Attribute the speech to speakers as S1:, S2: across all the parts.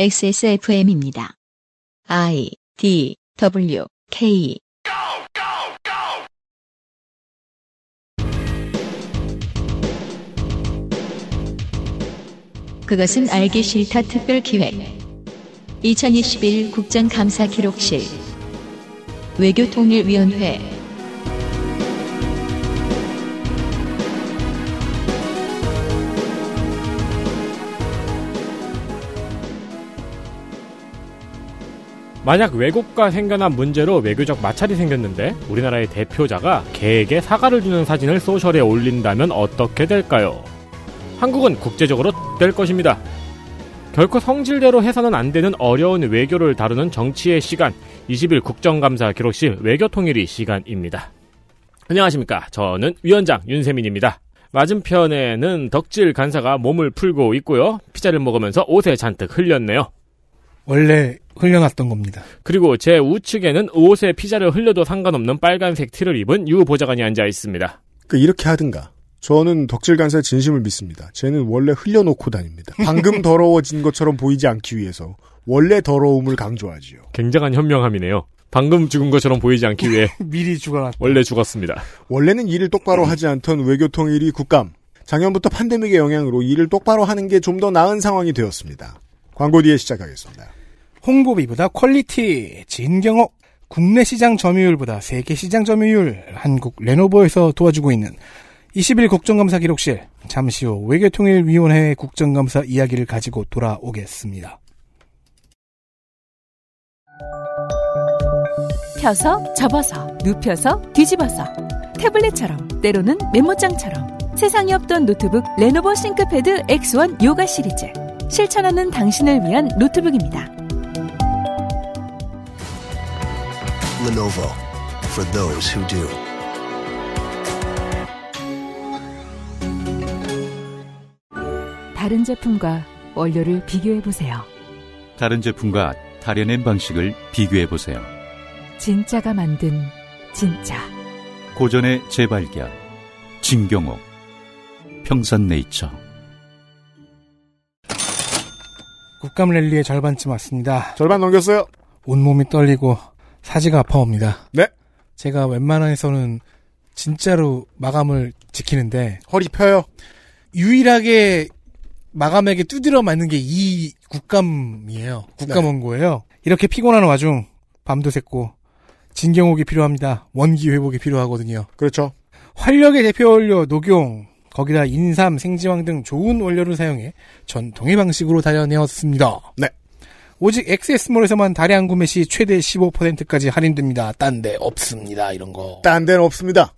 S1: XSFM입니다. I D W K 그것은 알기 싫다 특별 기획 2021 국정감사 기록실 외교통일위원회
S2: 만약 외국과 생겨난 문제로 외교적 마찰이 생겼는데 우리나라의 대표자가 개에게 사과를 주는 사진을 소셜에 올린다면 어떻게 될까요? 한국은 국제적으로 X 될 것입니다. 결코 성질대로 해서는 안 되는 어려운 외교를 다루는 정치의 시간 20일 국정감사 기록실 외교통일이 시간입니다. 안녕하십니까. 저는 위원장 윤세민입니다. 맞은편에는 덕질 간사가 몸을 풀고 있고요. 피자를 먹으면서 옷에 잔뜩 흘렸네요.
S3: 원래 흘려놨던 겁니다.
S2: 그리고 제 우측에는 옷에 피자를 흘려도 상관없는 빨간색 티를 입은 유 보좌관이 앉아 있습니다.
S4: 그 이렇게 하든가. 저는 덕질 간사의 진심을 믿습니다. 쟤는 원래 흘려놓고 다닙니다. 방금 더러워진 것처럼 보이지 않기 위해서 원래 더러움을 강조하지요.
S2: 굉장한 현명함이네요. 방금 죽은 것처럼 보이지 않기 위해
S3: 미리 죽어놨.
S2: 원래 죽었습니다.
S4: 원래는 일을 똑바로 하지 않던 외교통일이 국감. 작년부터 팬데믹의 영향으로 일을 똑바로 하는 게 좀 더 나은 상황이 되었습니다. 광고 뒤에 시작하겠습니다.
S3: 홍보비보다 퀄리티 진경옥 국내 시장 점유율보다 세계 시장 점유율 한국 레노버에서 도와주고 있는 21 국정감사 기록실 잠시 후 외교통일위원회 국정감사 이야기를 가지고 돌아오겠습니다.
S5: 펴서 접어서 눕혀서 뒤집어서 태블릿처럼 때로는 메모장처럼 세상에 없던 노트북 레노버 싱크패드 X1 요가 시리즈 실천하는 당신을 위한 노트북입니다.
S6: Lenovo for those who do.
S5: 다른 제품과 원료를 비교해 보세요.
S7: 다른 제품과 다려낸 방식을 비교해 보세요.
S5: 진짜가 만든 진짜
S7: 고전의 재발견. 진경옥. 평산네이처.
S3: 국감 랠리의 절반쯤 왔습니다.
S4: 절반 넘겼어요.
S3: 온몸이 떨리고 사지가 아파옵니다.
S4: 네.
S3: 제가 웬만해서는 진짜로 마감을 지키는데
S4: 허리 펴요.
S3: 유일하게 마감에게 두드려 맞는 게 이 국감이에요. 국감
S4: 네.
S3: 원고예요. 이렇게 피곤한 와중 밤도 샜고 진경옥이 필요합니다. 원기 회복이 필요하거든요.
S4: 그렇죠.
S3: 활력의 대표 원료 녹용 거기다 인삼, 생지황 등 좋은 원료를 사용해 전통의 방식으로 다려내었습니다.
S4: 네.
S3: 오직 XS몰에서만 다량 구매 시 최대 15%까지 할인됩니다. 딴 데 없습니다. 이런 거.
S4: 딴 데는 없습니다.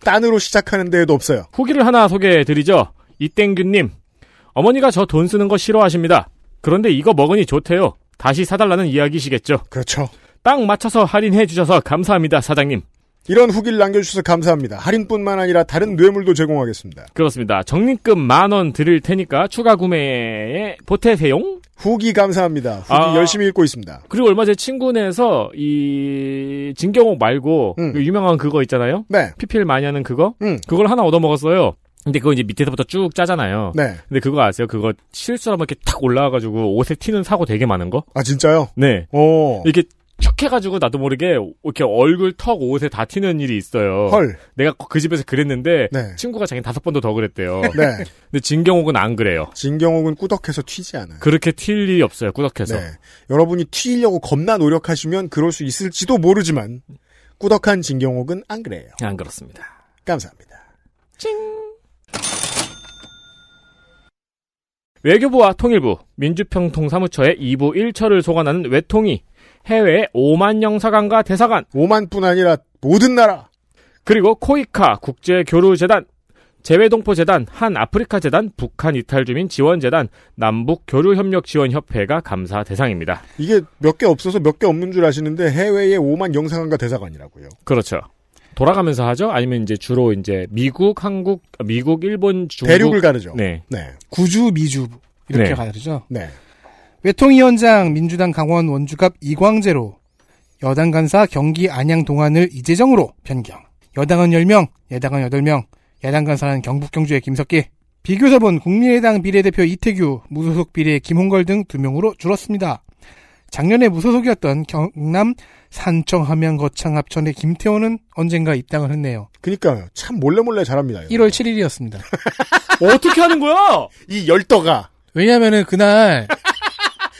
S4: 딴으로 시작하는 데에도 없어요.
S2: 후기를 하나 소개해 드리죠. 이땡규님. 어머니가 저 돈 쓰는 거 싫어하십니다. 그런데 이거 먹으니 좋대요. 다시 사달라는 이야기시겠죠.
S4: 그렇죠.
S2: 딱 맞춰서 할인해 주셔서 감사합니다, 사장님.
S4: 이런 후기를 남겨주셔서 감사합니다. 할인뿐만 아니라 다른 뇌물도 제공하겠습니다.
S2: 그렇습니다. 적립금 만 원 드릴 테니까 추가 구매에 보태세요.
S4: 후기 감사합니다. 후기
S2: 아.
S4: 열심히 읽고 있습니다.
S2: 그리고 얼마 전에 친구네에서 이 진경옥 말고
S4: 음.
S2: 그 유명한 그거 있잖아요.
S4: 네.
S2: PPL 많이 하는 그거?
S4: 음.
S2: 그걸 하나 얻어먹었어요. 근데 그거 이제 밑에서부터 쭉 짜잖아요.
S4: 네.
S2: 근데 그거 아세요? 그거 실수로 한번 이렇게 탁 올라와가지고 옷에 튀는 사고 되게 많은 거?
S4: 아, 진짜요?
S2: 네.
S4: 오.
S2: 이렇게 쭉 해가지고 나도 모르게 이렇게 얼굴, 턱, 옷에 다 튀는 일이 있어요.
S4: 헐.
S2: 내가 그 집에서 그랬는데
S4: 네.
S2: 친구가 자기 다섯 번도 더 그랬대요.
S4: 네.
S2: 근데 진경옥은 안 그래요.
S4: 진경옥은 꾸덕해서 튀지 않아요.
S2: 그렇게 튈 일이 없어요. 꾸덕해서.
S4: 네. 여러분이 튀려고 겁나 노력하시면 그럴 수 있을지도 모르지만, 꾸덕한 진경옥은 안 그래요.
S2: 안 그렇습니다.
S4: 감사합니다.
S2: 외교부와 통일부, 민주평통사무처의 2부 1처를 소관하는 외통이, 해외 5만 영사관과 대사관,
S4: 오만뿐 아니라 모든 나라!
S2: 그리고 코이카 국제교류재단, 재외동포재단, 한아프리카재단, 북한 이탈주민 지원재단, 남북교류협력지원협회가 감사 대상입니다.
S4: 이게 몇 개 없어서 몇 개 없는 줄 아시는데, 해외에 오만 영사관과 대사관이라고요.
S2: 그렇죠. 돌아가면서 하죠? 아니면 이제 주로 이제 미국, 한국, 미국, 일본, 중국.
S4: 대륙을 가르죠.
S2: 네.
S4: 네.
S3: 구주, 미주 이렇게
S2: 네.
S3: 가르죠.
S4: 네.
S3: 외통위원장 민주당 강원 원주갑 이광재로 여당 간사 경기 안양 동안을 이재정으로 변경. 여당은 10명, 야당은 8명, 야당 간사는 경북 경주의 김석기, 비교섭은 국민의당 비례대표 이태규, 무소속 비례 김홍걸 등 두 명으로 줄었습니다. 작년에 무소속이었던 경남 산청 함양 거창 합천의 김태호는 언젠가 입당을 했네요.
S4: 그니까요. 그러니까 참 몰래몰래 잘합니다. 이거.
S3: 1월 7일이었습니다.
S2: 어떻게 하는 거야?
S4: 이 열더가
S3: 왜냐면은 그날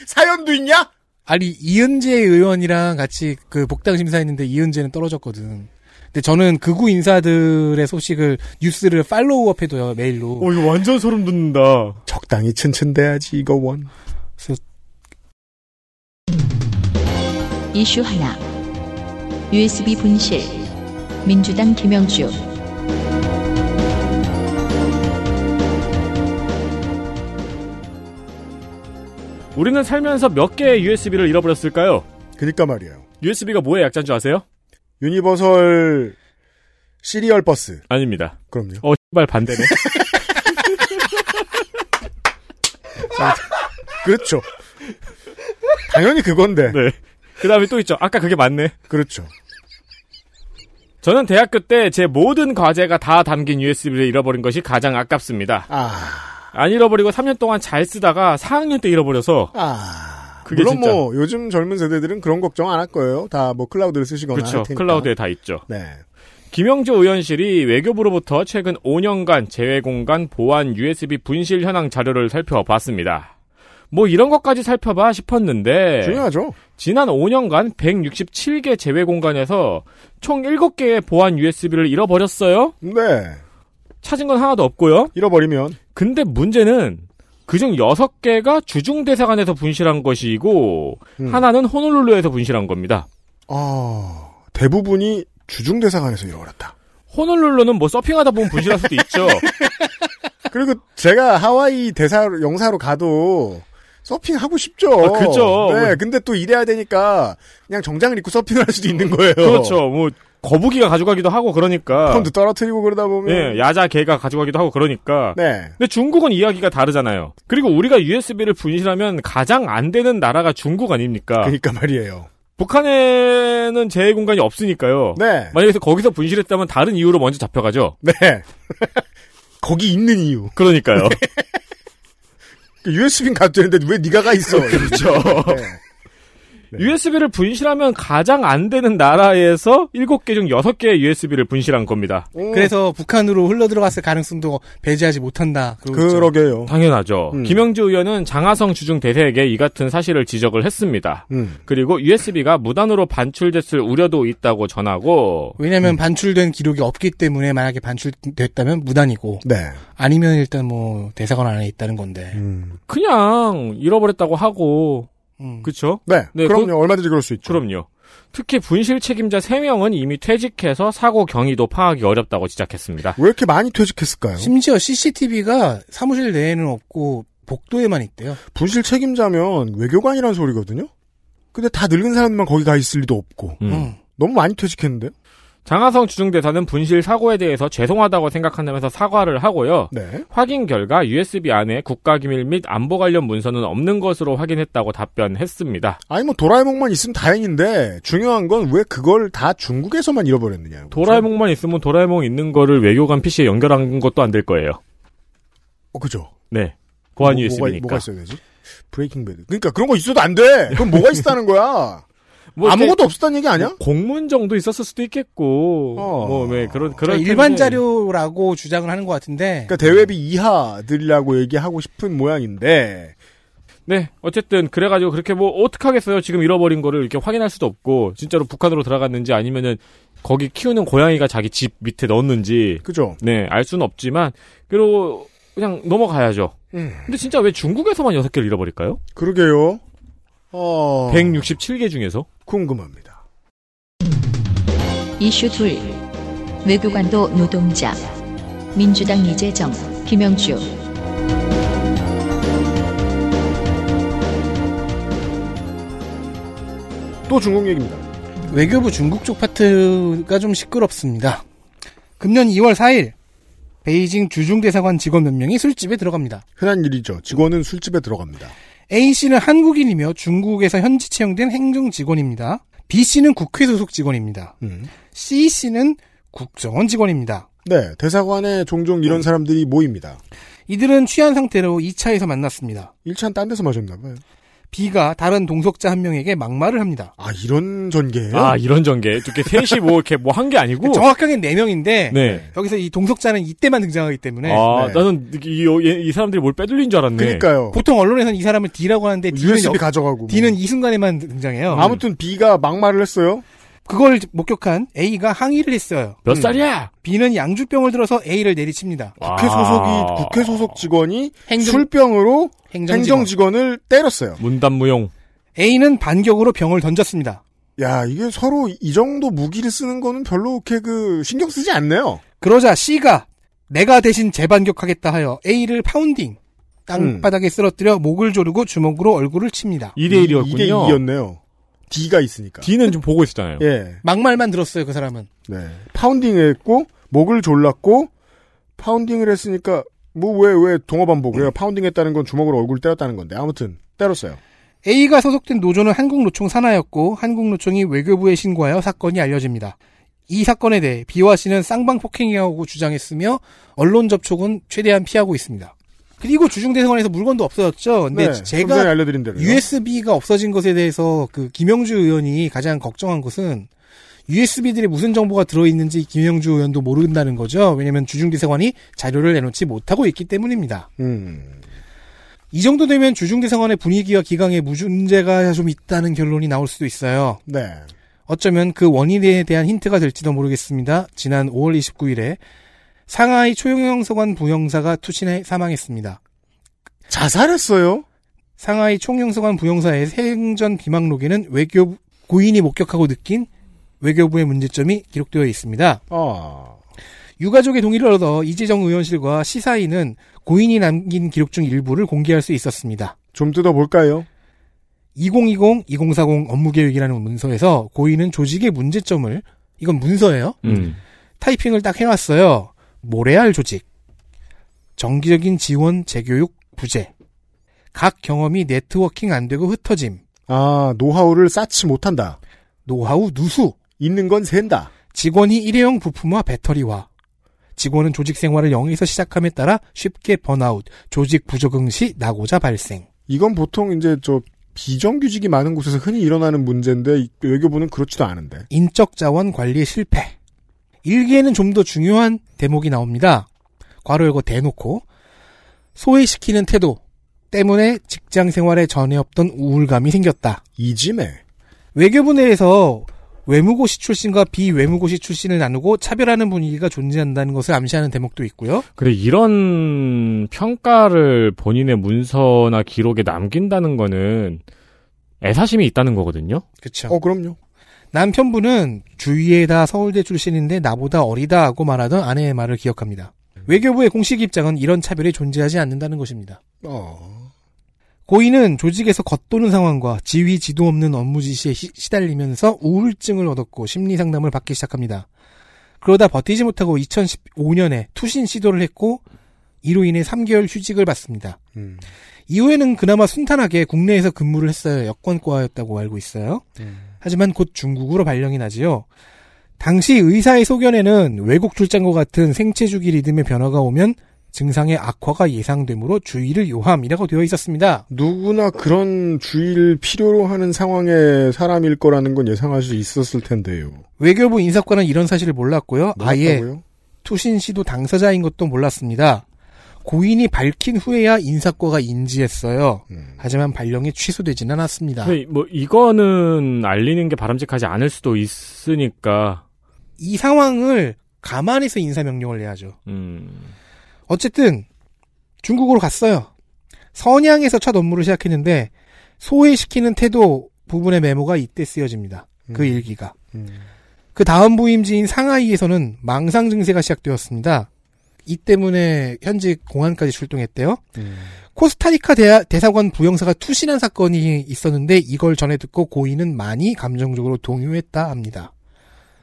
S4: 사연도 있냐?
S3: 아니 이은재 의원이랑 같이 그 복당 심사했는데 이은재는 떨어졌거든. 근데 저는 극우 인사들의 소식을 뉴스를 팔로우업해둬요 메일로.
S2: 어, 이거 완전 소름 돋는다.
S4: 적당히 츤츤대야지 이거 원.
S1: 이슈 하나. USB 분실. 민주당 김영주.
S2: 우리는 살면서 몇 개의 USB를 잃어버렸을까요?
S4: 그니까 그러니까 말이에요.
S2: USB가 뭐의 약자인 줄 아세요?
S4: 유니버설 시리얼 버스.
S2: 아닙니다.
S4: 그럼요.
S2: 어, 씨발 반대네.
S4: 그렇죠. 당연히 그건데.
S2: 네. 그 다음에 또 있죠. 아까 그게 맞네.
S4: 그렇죠.
S2: 저는 대학교 때 제 모든 과제가 다 담긴 USB를 잃어버린 것이 가장 아깝습니다.
S4: 아,
S2: 안 잃어버리고 3년 동안 잘 쓰다가 4학년 때 잃어버려서
S4: 아.
S2: 그게
S4: 물론
S2: 진짜.
S4: 뭐 요즘 젊은 세대들은 그런 걱정 안 할 거예요. 다 뭐 클라우드를 쓰시거나
S2: 그렇죠.
S4: 할 테니까.
S2: 클라우드에 다 있죠.
S4: 네.
S2: 김영조 의원실이 외교부로부터 최근 5년간 재외공간 보안 USB 분실 현황 자료를 살펴봤습니다. 뭐 이런 것까지 살펴봐 싶었는데
S4: 중요하죠.
S2: 지난 5년간 167개 재외공간에서 총 7개의 보안 USB를 잃어버렸어요.
S4: 네.
S2: 찾은 건 하나도 없고요.
S4: 잃어버리면
S2: 근데 문제는 그중 6개가 주중대사관에서 분실한 것이고
S4: 음.
S2: 하나는 호놀룰루에서 분실한 겁니다.
S4: 아, 대부분이 주중대사관에서 잃어버렸다.
S2: 호놀룰루는 뭐 서핑하다 보면 분실할 수도 있죠.
S4: 그리고 제가 하와이 대사 영사로 가도 서핑 하고 싶죠.
S2: 아, 그죠.
S4: 네,
S2: 뭐-
S4: 근데 또 일해야 되니까 그냥 정장을 입고 서핑을 할 수도 있는 거예요.
S2: 그렇죠. 뭐 거북이가 가져가기도 하고 그러니까
S4: 펀드 떨어뜨리고 그러다 보면
S2: 예, 야자 개가 가져가기도 하고 그러니까.
S4: 네.
S2: 근데 중국은 이야기가 다르잖아요. 그리고 우리가 USB를 분실하면 가장 안 되는 나라가 중국 아닙니까?
S4: 그러니까 말이에요.
S2: 북한에는 제외 공간이 없으니까요.
S4: 네.
S2: 만약에 거기서 분실했다면 다른 이유로 먼저 잡혀가죠.
S4: 네. 거기 있는 이유.
S2: 그러니까요.
S4: 네. USB는 가도 되는데 왜 네가 가 있어? 그렇죠. 네.
S2: USB를 분실하면 가장 안 되는 나라에서 7개 중 6개의 USB를 분실한 겁니다.
S3: 그래서 북한으로 흘러 들어갔을 가능성도 배제하지 그렇죠. 못한다. 그러고 있죠.
S4: 그러게요.
S2: 당연하죠.
S4: 음.
S2: 김영주 의원은 장하성 주중 대세에게 이 같은 사실을 지적을 했습니다.
S4: 음.
S2: 그리고 USB가 무단으로 반출됐을 우려도 있다고 전하고
S3: 왜냐면 반출된 기록이 없기 때문에 만약에 반출됐다면 무단이고
S4: 네.
S3: 아니면 일단 뭐 대사관 안에 있다는 건데.
S4: 음.
S2: 그냥 잃어버렸다고 하고
S3: 음.
S2: 그쵸?
S4: 네.
S2: 네,
S4: 그럼요.
S2: 그-
S4: 얼마든지 그럴 수 있죠.
S2: 그럼요. 특히 분실 책임자 3명은 이미 퇴직해서 사고 경위도 파악이 어렵다고 지적했습니다.
S4: 왜 이렇게 많이 퇴직했을까요?
S3: 심지어 CCTV가 사무실 내에는 없고 복도에만 있대요.
S4: 분실 책임자면 외교관이라는 소리거든요. 근데 다 늙은 사람들만 거기 가 있을 리도 없고
S2: 음.
S3: 음.
S4: 너무 많이 퇴직했는데.
S2: 장하성 주중대사는 분실 사고에 대해서 죄송하다고 생각한다면서 사과를 하고요.
S4: 네.
S2: 확인 결과 USB 안에 국가기밀 및 안보 관련 문서는 없는 것으로 확인했다고 답변했습니다.
S4: 아니 뭐 도라에몽만 있으면 다행인데 중요한 건 왜 그걸 다 중국에서만 잃어버렸느냐.
S2: 도라에몽만 있으면 도라에몽 있는 거를 외교관 PC에 연결한 것도 안 될 거예요.
S4: 어, 그죠.
S2: 네. 보안
S4: 뭐, 뭐가,
S2: USB니까.
S4: 뭐가 있어야 되지? 브레이킹 배드. 그러니까 그런 거 있어도 안 돼. 그럼 뭐가 있었다는 거야?
S2: 뭐
S4: 아무것도 없었다는 얘기
S2: 네.
S4: 아니야?
S2: 공문 정도 있었을 수도 있겠고.
S4: 어.
S2: 뭐, 네, 그런, 그런.
S3: 그러니까 일반 자료라고 주장을 하는 것 같은데
S4: 그러니까 대외비 이하들이라고 얘기하고 싶은 모양인데
S2: 네. 어쨌든, 그래가지고 그렇게 뭐, 어떡하겠어요. 지금 잃어버린 거를 이렇게 확인할 수도 없고, 진짜로 북한으로 들어갔는지 아니면은, 거기 키우는 고양이가 자기 집 밑에 넣었는지.
S4: 그죠?
S2: 네, 알 수는 없지만, 그리고, 그냥 넘어가야죠.
S4: 음.
S2: 근데 진짜 왜 중국에서만 6개를 잃어버릴까요?
S4: 그러게요. 어
S2: 167개 중에서?
S4: 궁금합니다.
S1: 이슈 둘. 외교관도 노동자. 민주당 이재정, 김영주.
S4: 또 중국 얘기입니다.
S3: 외교부 중국 쪽 파트가 좀 시끄럽습니다. 금년 2월 4일 베이징 주중대사관 직원 몇 명이 술집에 들어갑니다.
S4: 흔한 일이죠. 직원은 술집에 들어갑니다.
S3: A 씨는 한국인이며 중국에서 현지 채용된 행정 직원입니다. B 씨는 국회 소속 직원입니다.
S4: 음.
S3: C 씨는 국정원 직원입니다.
S2: 네.
S4: 네, 대사관에 종종 이런 사람들이 모입니다.
S3: 이들은 취한 상태로 2차에서 만났습니다.
S4: 1차는 딴 데서 마셨나봐요.
S3: B가 다른 동석자 한 명에게 막말을 합니다.
S4: 아, 이런 전개예요 그
S2: 아 이런 전개. 이렇게 셋이 뭐 이렇게 뭐 한 게 아니고.
S3: 정확하게는 4명인데
S2: 네.
S3: 여기서 이 동석자는 이때만 등장하기 때문에
S2: 아
S4: 네.
S2: 나는 이, 이, 이 사람들이 뭘 빼돌린 줄 알았네.
S4: 그니까요. 네,
S3: 보통 언론에서는 이 사람을 D라고 하는데 D는,
S4: USB
S3: 여,
S4: 가져가고. 뭐.
S3: D는 이 순간에만 등장해요.
S4: 아무튼 B가 막말을 했어요.
S3: 그걸 목격한 A가 항의를 했어요.
S2: 몇 살이야?
S3: B는 양주병을 들어서 A를 내리칩니다.
S4: 음.
S2: 아.
S4: 국회 소속이 국회 소속 직원이
S3: 행정-
S4: 술병으로
S3: 행정직원.
S4: 행정 직원을 때렸어요.
S2: 문단무용.
S3: A는 반격으로 병을 던졌습니다.
S4: 야, 이게 서로 이 정도 무기를 쓰는 거는 별로 이렇게 그 신경 쓰지 않네요.
S3: 그러자 C가 내가 대신 재반격하겠다 하여 A를 파운딩 땅바닥에 쓰러뜨려 목을 조르고 주먹으로 얼굴을 칩니다.
S2: 2대
S4: 2대
S2: 1이었군요.
S4: 2였네요. D가 있으니까.
S2: D는 좀 보고 있었잖아요.
S4: 예.
S3: 막말만 들었어요 그 사람은.
S4: 네. 파운딩을 했고 목을 졸랐고 파운딩을 했으니까 뭐 왜 왜 동업 반복을 해요? 파운딩했다는 건 주먹으로 얼굴 때렸다는 건데 아무튼 때렸어요.
S3: A가 소속된 노조는 한국노총 산하였고 한국노총이 외교부에 신고하여 사건이 알려집니다. 이 사건에 대해 B와 C는 쌍방 폭행이라고 주장했으며 언론 접촉은 최대한 피하고 있습니다. 그리고 주중대선에서 물건도 없어졌죠. 근데
S4: 네, 좀 전에
S3: 제가
S4: 알려드린 대로
S3: USB가 없어진 것에 대해서 그 김영주 의원이 가장 걱정한 것은 USB들이 무슨 정보가 들어있는지 김영주 의원도 모른다는 거죠. 왜냐하면 주중대사관이 자료를 내놓지 못하고 있기 때문입니다.
S4: 음.
S3: 이 정도 되면 주중대사관의 분위기와 기강에 무슨 문제가 좀 있다는 결론이 나올 수도 있어요.
S4: 네.
S3: 어쩌면 그 원인에 대한 힌트가 될지도 모르겠습니다. 지난 5월 29일에 상하이 초용영 서관 부영사가 투신해 사망했습니다.
S4: 자살했어요.
S3: 상하이 총영서관 부영사의 생전 비망록에는 외교 고인이 목격하고 느낀 외교부의 문제점이 기록되어 있습니다.
S4: 아.
S3: 유가족의 동의를 얻어 이재정 의원실과 시사인은 고인이 남긴 기록 중 일부를 공개할 수 있었습니다.
S4: 좀 뜯어 볼까요?
S3: 2020-2040 업무계획이라는 문서에서 고인은 조직의 문제점을 이건 문서예요.
S2: 음.
S3: 타이핑을 딱 해놨어요. 모래알 조직, 정기적인 지원 재교육 부재, 각 경험이 네트워킹 안 되고 흩어짐,
S4: 아, 노하우를 쌓지 못한다.
S3: 노하우 누수,
S4: 있는 건 샌다.
S3: 직원이 일회용 부품화 배터리화. 직원은 조직 생활을 0에서 시작함에 따라 쉽게 번아웃, 조직 부적응 시 낙오자 발생.
S4: 이건 보통 이제 저 비정규직이 많은 곳에서 흔히 일어나는 문제인데 이- 외교부는 그렇지도 않은데.
S3: 인적 자원 관리 실패. 일기에는 좀 더 중요한 대목이 나옵니다. 괄호 열고 대놓고 소외시키는 태도 때문에 직장 생활에 전에 없던 우울감이 생겼다.
S4: 이짐에
S3: 외교부 내에서 외무고시 출신과 비외무고시 출신을 나누고 차별하는 분위기가 존재한다는 것을 암시하는 대목도 있고요.
S2: 그래 이런 평가를 본인의 문서나 기록에 남긴다는 거는 애사심이 있다는 거거든요.
S3: 그렇죠.
S4: 어 그럼요.
S3: 남편분은 주위에다 서울대 출신인데 나보다 어리다 하고 말하던 아내의 말을 기억합니다. 외교부의 공식 입장은 이런 차별이 존재하지 않는다는 것입니다.
S4: 어.
S3: 고인은 조직에서 겉도는 상황과 지휘 지도 없는 업무 지시에 시- 시달리면서 우울증을 얻었고 심리 상담을 받기 시작합니다. 그러다 버티지 못하고 2015년에 투신 시도를 했고 이로 인해 3개월 휴직을 받습니다.
S4: 음.
S3: 이후에는 그나마 순탄하게 국내에서 근무를 했어요. 여권과였다고 알고 있어요. 하지만 곧 중국으로 발령이 나지요. 당시 의사의 소견에는 외국 출장과 같은 생체 주기 리듬의 변화가 오면 증상의 악화가 예상되므로 주의를 요함이라고 되어 있었습니다.
S4: 누구나 그런 주의를 필요로 하는 상황의 사람일 거라는 건 예상할 수 있었을 텐데요.
S3: 외교부 인사과는 이런 사실을 몰랐고요. 아예
S4: 몰랐다고요?
S3: 투신 씨도 당사자인 것도 몰랐습니다. 고인이 밝힌 후에야 인사과가 인지했어요.
S4: 음. 네.
S3: 하지만 발령이 취소되진 않았습니다.
S2: 근데 뭐 이거는 알리는 게 바람직하지 않을 수도 있으니까.
S3: 이 상황을 감안해서 인사명령을 내야죠.
S2: 음.
S3: 어쨌든 중국으로 갔어요. 선양에서 첫 업무를 시작했는데 소외시키는 태도 부분의 메모가 이때 쓰여집니다. 그
S4: 음.
S3: 일기가.
S4: 음.
S3: 그 다음 부임지인 상하이에서는 망상 증세가 시작되었습니다. 이 때문에 현직 공안까지 출동했대요. 코스타리카 대하- 대사관 부영사가 투신한 사건이 있었는데 이걸 전해 듣고 고인은 많이 감정적으로 동요했다 합니다.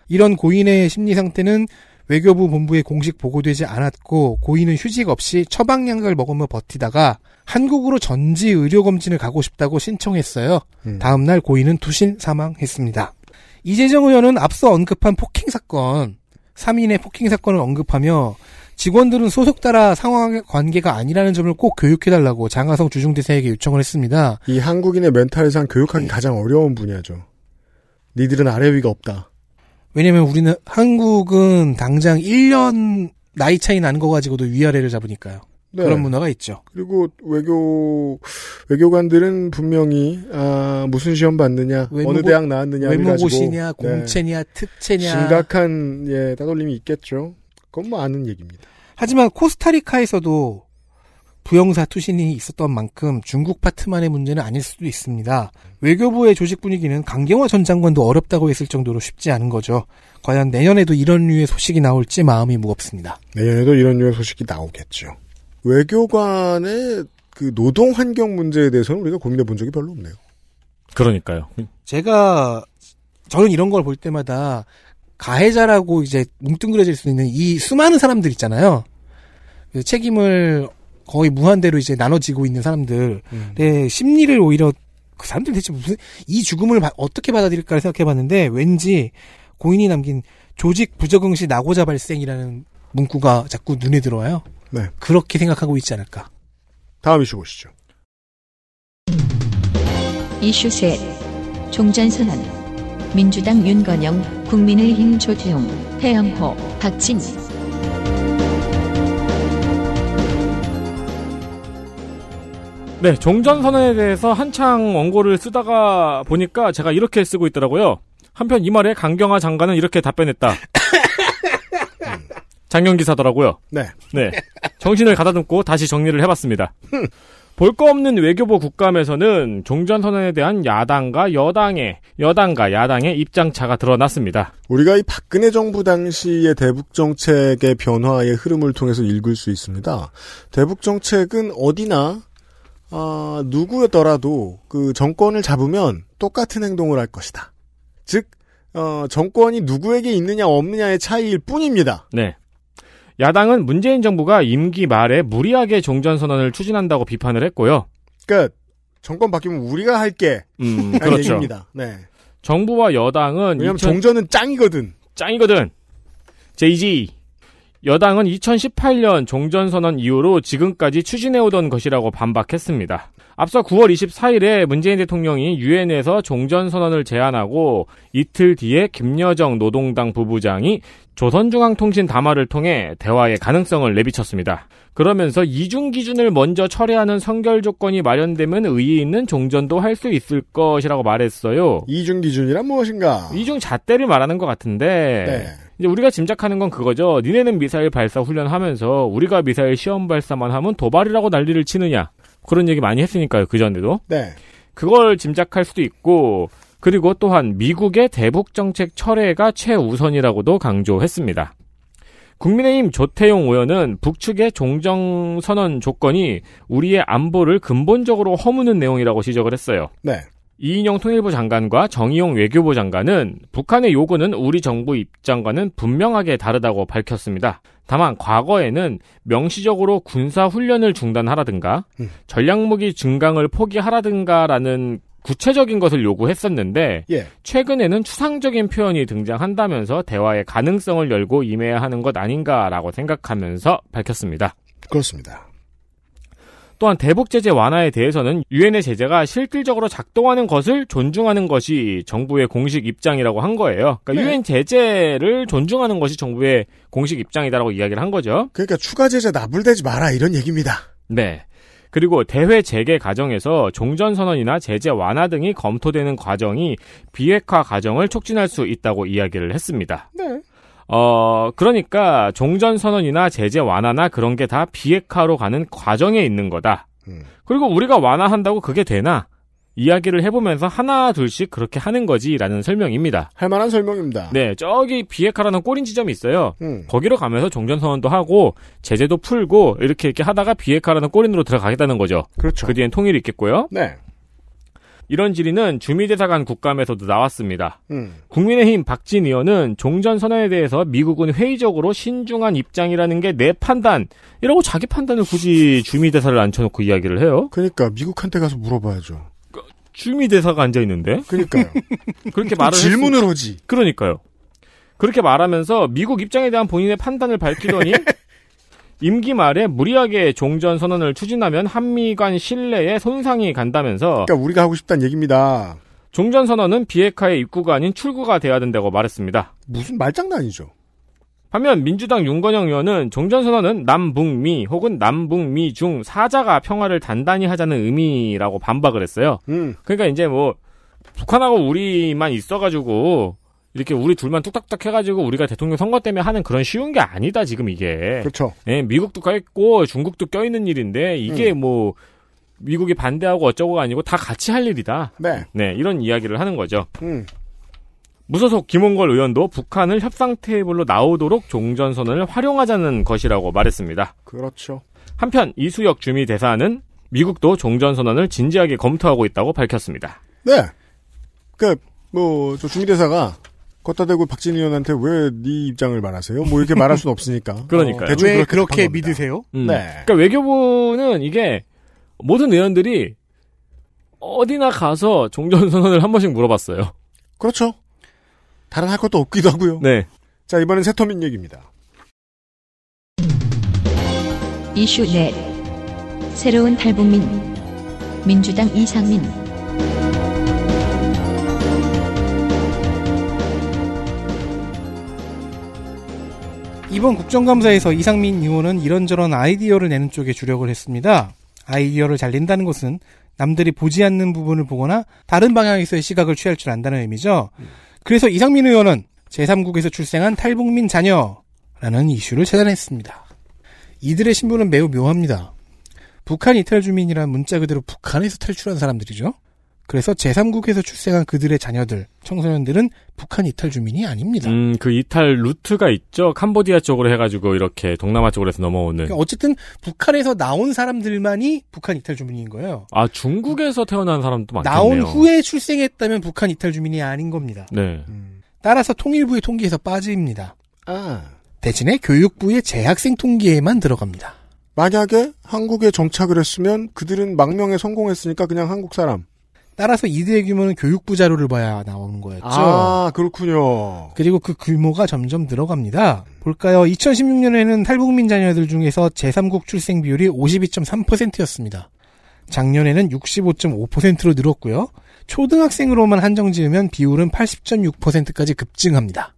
S3: 이런 고인의 심리 상태는 외교부 본부에 공식 보고되지 않았고 고인은 휴직 없이 처방약을 먹으며 버티다가 한국으로 전지 의료 검진을 가고 싶다고 신청했어요.
S4: 음.
S3: 다음 날 고인은 투신 사망했습니다. 이재정 의원은 앞서 언급한 폭행 사건, 3인의 폭행 사건을 언급하며 직원들은 소속 따라 상황 관계가 아니라는 점을 꼭 교육해달라고 장하성 주중대사에게 요청을 했습니다.
S4: 이 한국인의 멘탈상 교육하기
S3: 예.
S4: 가장 어려운 분야죠. 니들은 아래 위가 없다.
S3: 왜냐면 우리는 한국은 당장 1년 나이 차이 나는 거 가지고도 위아래를 잡으니까요.
S4: 네.
S3: 그런 문화가 있죠.
S4: 그리고 외교 외교관들은 분명히 아, 무슨 시험 봤느냐,
S3: 외무고-
S4: 어느 대학 나왔느냐
S3: 외모고시냐, 공채냐, 특채냐.
S4: 네. 심각한 예 따돌림이 있겠죠. 그건 뭐 아는 얘기입니다.
S3: 하지만 코스타리카에서도 부영사 투신이 있었던 만큼 중국 파트만의 문제는 아닐 수도 있습니다. 외교부의 조직 분위기는 강경화 전 장관도 어렵다고 했을 정도로 쉽지 않은 거죠. 과연 내년에도 이런 류의 소식이 나올지 마음이 무겁습니다.
S4: 내년에도 이런 유의 소식이 나오겠죠. 외교관의 그 노동 환경 문제에 대해서는 우리가 고민해 본 적이 별로 없네요.
S2: 그러니까요.
S3: 제가 저는 이런 걸 볼 때마다 가해자라고 이제 뭉뚱그려질 수 있는 이 수많은 사람들 있잖아요. 그래서 책임을 거의 무한대로 이제 나눠지고 있는 사람들 네, 심리를 오히려 그 사람들이 대체 무슨 이 죽음을 바- 어떻게 받아들일까 생각해봤는데 왠지 고인이 남긴 조직 부적응 시 낙오자 발생이라는 문구가 자꾸 눈에 들어와요.
S4: 네.
S3: 그렇게 생각하고 있지 않을까.
S4: 다음 이슈 보시죠.
S1: 이슈 셋 종전선언 민주당 윤건영 국민의힘 조태용 태영호 박진
S2: 네, 종전선언에 대해서 한창 원고를 쓰다가 보니까 제가 이렇게 쓰고 있더라고요. 한편 이 말에 강경화 장관은 이렇게 답변했다. 음, 장경 기사더라고요.
S4: 네.
S2: 네. 정신을 가다듬고 다시 정리를 해봤습니다. 볼 거 없는 외교부 국감에서는 종전선언에 대한 야당과 여당의, 여당과 야당의 입장차가 드러났습니다.
S4: 우리가 이 박근혜 정부 당시의 대북 정책의 변화의 흐름을 통해서 읽을 수 있습니다. 대북 정책은 어디나 아, 누구였더라도 그 정권을 잡으면 똑같은 행동을 할 것이다. 즉 어, 정권이 누구에게 있느냐 없느냐의 차이일 뿐입니다.
S2: 네. 야당은 문재인 정부가 임기 말에 무리하게 종전선언을 추진한다고 비판을 했고요.
S4: 그러니까 정권 바뀌면 우리가 할게
S2: 음,
S4: 라는
S2: 그렇죠.
S4: 얘기입니다. 네.
S2: 정부와 여당은 2000
S4: 왜냐하면 종전은 짱이거든.
S2: 짱이거든. 제이지. 여당은 2018년 종전선언 이후로 지금까지 추진해오던 것이라고 반박했습니다. 앞서 9월 24일에 문재인 대통령이 유엔에서 종전선언을 제안하고 이틀 뒤에 김여정 노동당 부부장이 조선중앙통신 담화를 통해 대화의 가능성을 내비쳤습니다. 그러면서 이중 기준을 먼저 철회하는 선결 조건이 마련되면 의의 있는 종전도 할 수 있을 것이라고 말했어요.
S4: 이중 기준이란 무엇인가?
S2: 이중 잣대를 말하는 것 같은데
S4: 네.
S2: 이제 우리가 짐작하는 건 그거죠. 니네는 미사일 발사 훈련하면서 우리가 미사일 시험 발사만 하면 도발이라고 난리를 치느냐 그런 얘기 많이 했으니까요. 그 전에도
S4: 네.
S2: 그걸 짐작할 수도 있고 그리고 또한 미국의 대북 정책 철회가 최우선이라고도 강조했습니다. 국민의힘 조태용 의원은 북측의 종정 선언 조건이 우리의 안보를 근본적으로 허무는 내용이라고 지적을 했어요.
S4: 네.
S2: 이인영 통일부 장관과 정의용 외교부 장관은 북한의 요구는 우리 정부 입장과는 분명하게 다르다고 밝혔습니다. 다만 과거에는 명시적으로 군사 훈련을 중단하라든가
S4: 음.
S2: 전략무기 증강을 포기하라든가라는 구체적인 것을 요구했었는데
S4: 예.
S2: 최근에는 추상적인 표현이 등장한다면서 대화의 가능성을 열고 임해야 하는 것 아닌가라고 생각하면서 밝혔습니다.
S4: 그렇습니다.
S2: 또한 대북 제재 완화에 대해서는 유엔의 제재가 실질적으로 작동하는 것을 존중하는 것이 정부의 공식 입장이라고 한 거예요. 그러니까
S4: 네.
S2: 유엔 제재를 존중하는 것이 정부의 공식 입장이다라고 이야기를 한 거죠.
S4: 그러니까 추가 제재 납불되지 마라 이런 얘기입니다.
S2: 네. 그리고 대회 재개 과정에서 종전선언이나 제재 완화 등이 검토되는 과정이 비핵화 과정을 촉진할 수 있다고 이야기를 했습니다.
S4: 네.
S2: 어, 그러니까 종전선언이나 제재 완화나 그런 게 다 비핵화로 가는 과정에 있는 거다.
S4: 음.
S2: 그리고 우리가 완화한다고 그게 되나? 이야기를 해보면서 하나 둘씩 그렇게 하는 거지라는 설명입니다.
S4: 할 만한 설명입니다.
S2: 네, 저기 비핵화라는 꼬린 지점이 있어요.
S4: 음.
S2: 거기로 가면서 종전선언도 하고 제재도 풀고 이렇게 이렇게 하다가 비핵화라는 꼬린으로 들어가겠다는 거죠.
S4: 그렇죠.
S2: 그 뒤엔 통일이 있겠고요.
S4: 네.
S2: 이런 질의는 주미대사관 국감에서도 나왔습니다.
S4: 음.
S2: 국민의힘 박진 의원은 종전선언에 대해서 미국은 회의적으로 신중한 입장이라는 게 내 판단 이라고 자기 판단을 굳이 주미대사를 앉혀놓고 이야기를 해요.
S4: 그러니까 미국한테 가서 물어봐야죠.
S2: 주미대사가 앉아있는데
S4: 그러니까요.
S2: 그렇게 말을 했-
S4: 질문을 하지.
S2: 그러니까요. 그렇게 말하면서 미국 입장에 대한 본인의 판단을 밝히더니 임기 말에 무리하게 종전 선언을 추진하면 한미 간 신뢰에 손상이 간다면서
S4: 그러니까 우리가 하고 싶다는 얘기입니다.
S2: 종전 선언은 비핵화의 입구가 아닌 출구가 돼야 된다고 말했습니다.
S4: 무슨 말장난이죠.
S2: 반면 민주당 윤건영 의원은 종전선언은 남북미 혹은 남북미 중 사자가 평화를 단단히 하자는 의미라고 반박을 했어요.
S4: 음.
S2: 그러니까 이제 뭐 북한하고 우리만 있어가지고 이렇게 우리 둘만 뚝딱뚝딱 해가지고 우리가 대통령 선거 때문에 하는 그런 쉬운 게 아니다 지금 이게.
S4: 그렇죠.
S2: 예, 미국도 껴있고 중국도 껴있는 일인데 이게
S4: 음.
S2: 뭐 미국이 반대하고 어쩌고가 아니고 다 같이 할 일이다.
S4: 네.
S2: 네 이런 이야기를 하는 거죠.
S4: 음.
S2: 무소속 김홍걸 의원도 북한을 협상 테이블로 나오도록 종전선언을 활용하자는 것이라고 말했습니다.
S4: 그렇죠.
S2: 한편 이수혁 주미 대사는 미국도 종전선언을 진지하게 검토하고 있다고 밝혔습니다.
S4: 네. 그니까, 뭐, 저 주미대사가 걷다 대고 박진 의원한테 왜 네 입장을 말하세요? 뭐 이렇게 말할 순 없으니까. 어,
S2: 그러니까요.
S4: 대충
S3: 왜 그렇게
S4: 한 겁니다.
S3: 믿으세요?
S2: 음.
S4: 네.
S2: 그러니까 외교부는 이게 모든 의원들이 어디나 가서 종전선언을 한 번씩 물어봤어요.
S4: 그렇죠. 다른 할 것도 없기도 하고요.
S2: 네.
S4: 자, 이번엔 새터민 얘기입니다.
S1: 이슈 넷 새로운 탈북민 민주당 이상민
S3: 이번 국정감사에서 이상민 의원은 이런저런 아이디어를 내는 쪽에 주력을 했습니다. 아이디어를 잘 낸다는 것은 남들이 보지 않는 부분을 보거나 다른 방향에서의 시각을 취할 줄 안다는 의미죠. 그래서 이상민 의원은 제3국에서 출생한 탈북민 자녀라는 이슈를 찾아냈습니다. 이들의 신분은 매우 묘합니다. 북한 이탈 주민이란 문자 그대로 북한에서 탈출한 사람들이죠. 그래서 제3국에서 출생한 그들의 자녀들, 청소년들은 북한 이탈 주민이 아닙니다.
S2: 음, 그 이탈 루트가 있죠. 캄보디아 쪽으로 해가지고 이렇게 동남아 쪽으로 해서 넘어오는.
S3: 그러니까 어쨌든 북한에서 나온 사람들만이 북한 이탈 주민인 거예요.
S2: 아, 중국에서 태어난 사람도 많겠네요.
S3: 나온 후에 출생했다면 북한 이탈 주민이 아닌 겁니다.
S2: 네.
S3: 따라서 통일부의 통계에서 빠집니다.
S4: 아.
S3: 대신에 교육부의 재학생 통계에만 들어갑니다.
S4: 만약에 한국에 정착을 했으면 그들은 망명에 성공했으니까 그냥 한국 사람.
S3: 따라서 이들의 규모는 교육부 자료를 봐야 나오는 거였죠.
S4: 아, 그렇군요.
S3: 그리고 그 규모가 점점 늘어갑니다. 볼까요? 2016년에는 탈북민 자녀들 중에서 제3국 출생 비율이 52.3%였습니다. 작년에는 65.5%로 늘었고요. 초등학생으로만 한정 지으면 비율은 80.6%까지 급증합니다.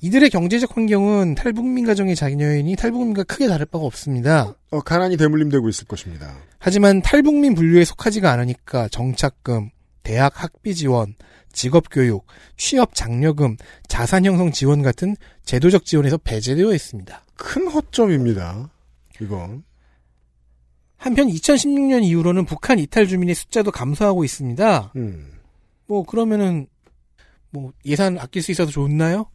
S3: 이들의 경제적 환경은 탈북민 가정의 자녀인이 탈북민과 크게 다를 바가 없습니다.
S4: 어, 가난이 대물림되고 있을 것입니다.
S3: 하지만 탈북민 분류에 속하지가 않으니까 정착금, 대학 학비 지원, 직업교육, 취업 장려금, 자산 형성 지원 같은 제도적 지원에서 배제되어 있습니다.
S4: 큰 허점입니다. 이건.
S3: 한편 2016년 이후로는 북한 이탈 주민의 숫자도 감소하고 있습니다.
S4: 음.
S3: 뭐 그러면은 뭐 예산 아낄 수 있어서 좋나요?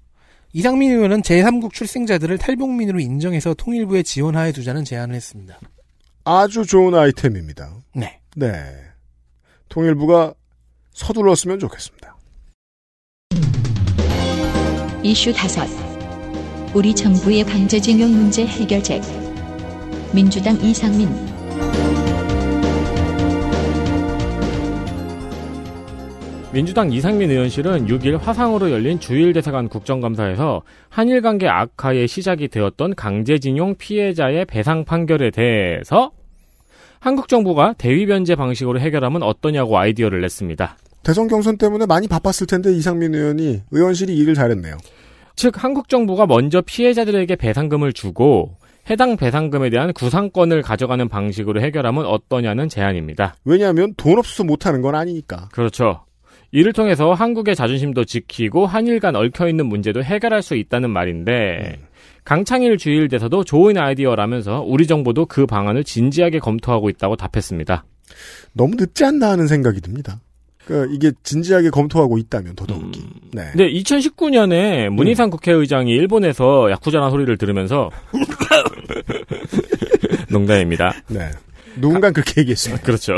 S3: 이상민 의원은 제3국 출생자들을 탈북민으로 인정해서 통일부에 지원하에 두자는 제안을 했습니다.
S4: 아주 좋은 아이템입니다.
S3: 네.
S4: 네. 통일부가 서둘렀으면 좋겠습니다.
S1: 이슈 다섯 우리 정부의 강제징용 문제 해결책 민주당 이상민
S2: 민주당 이상민 의원실은 6일 화상으로 열린 주일대사관 국정감사에서 한일 관계 악화의 시작이 되었던 강제징용 피해자의 배상 판결에 대해서 한국 정부가 대위 변제 방식으로 해결하면 어떠냐고 아이디어를 냈습니다.
S4: 대선 경선 때문에 많이 바빴을 텐데 이상민 의원이 의원실이 일을 잘했네요.
S2: 즉 한국 정부가 먼저 피해자들에게 배상금을 주고 해당 배상금에 대한 구상권을 가져가는 방식으로 해결하면 어떠냐는 제안입니다.
S4: 왜냐하면 돈 없어서 못하는 건 아니니까.
S2: 그렇죠. 이를 통해서 한국의 자존심도 지키고 한일 간 얽혀있는 문제도 해결할 수 있다는 말인데 강창일 주일대서도 좋은 아이디어라면서 우리 정부도 그 방안을 진지하게 검토하고 있다고 답했습니다.
S4: 너무 늦지 않나 하는 생각이 듭니다. 그러니까 이게 진지하게 검토하고 있다면 더더욱이. 네.
S2: 근데 2019년에 문희상 국회의장이 일본에서 야쿠자나 소리를 들으면서 농담입니다.
S4: 네. 누군가 그렇게 얘기했어요.
S2: 그렇죠.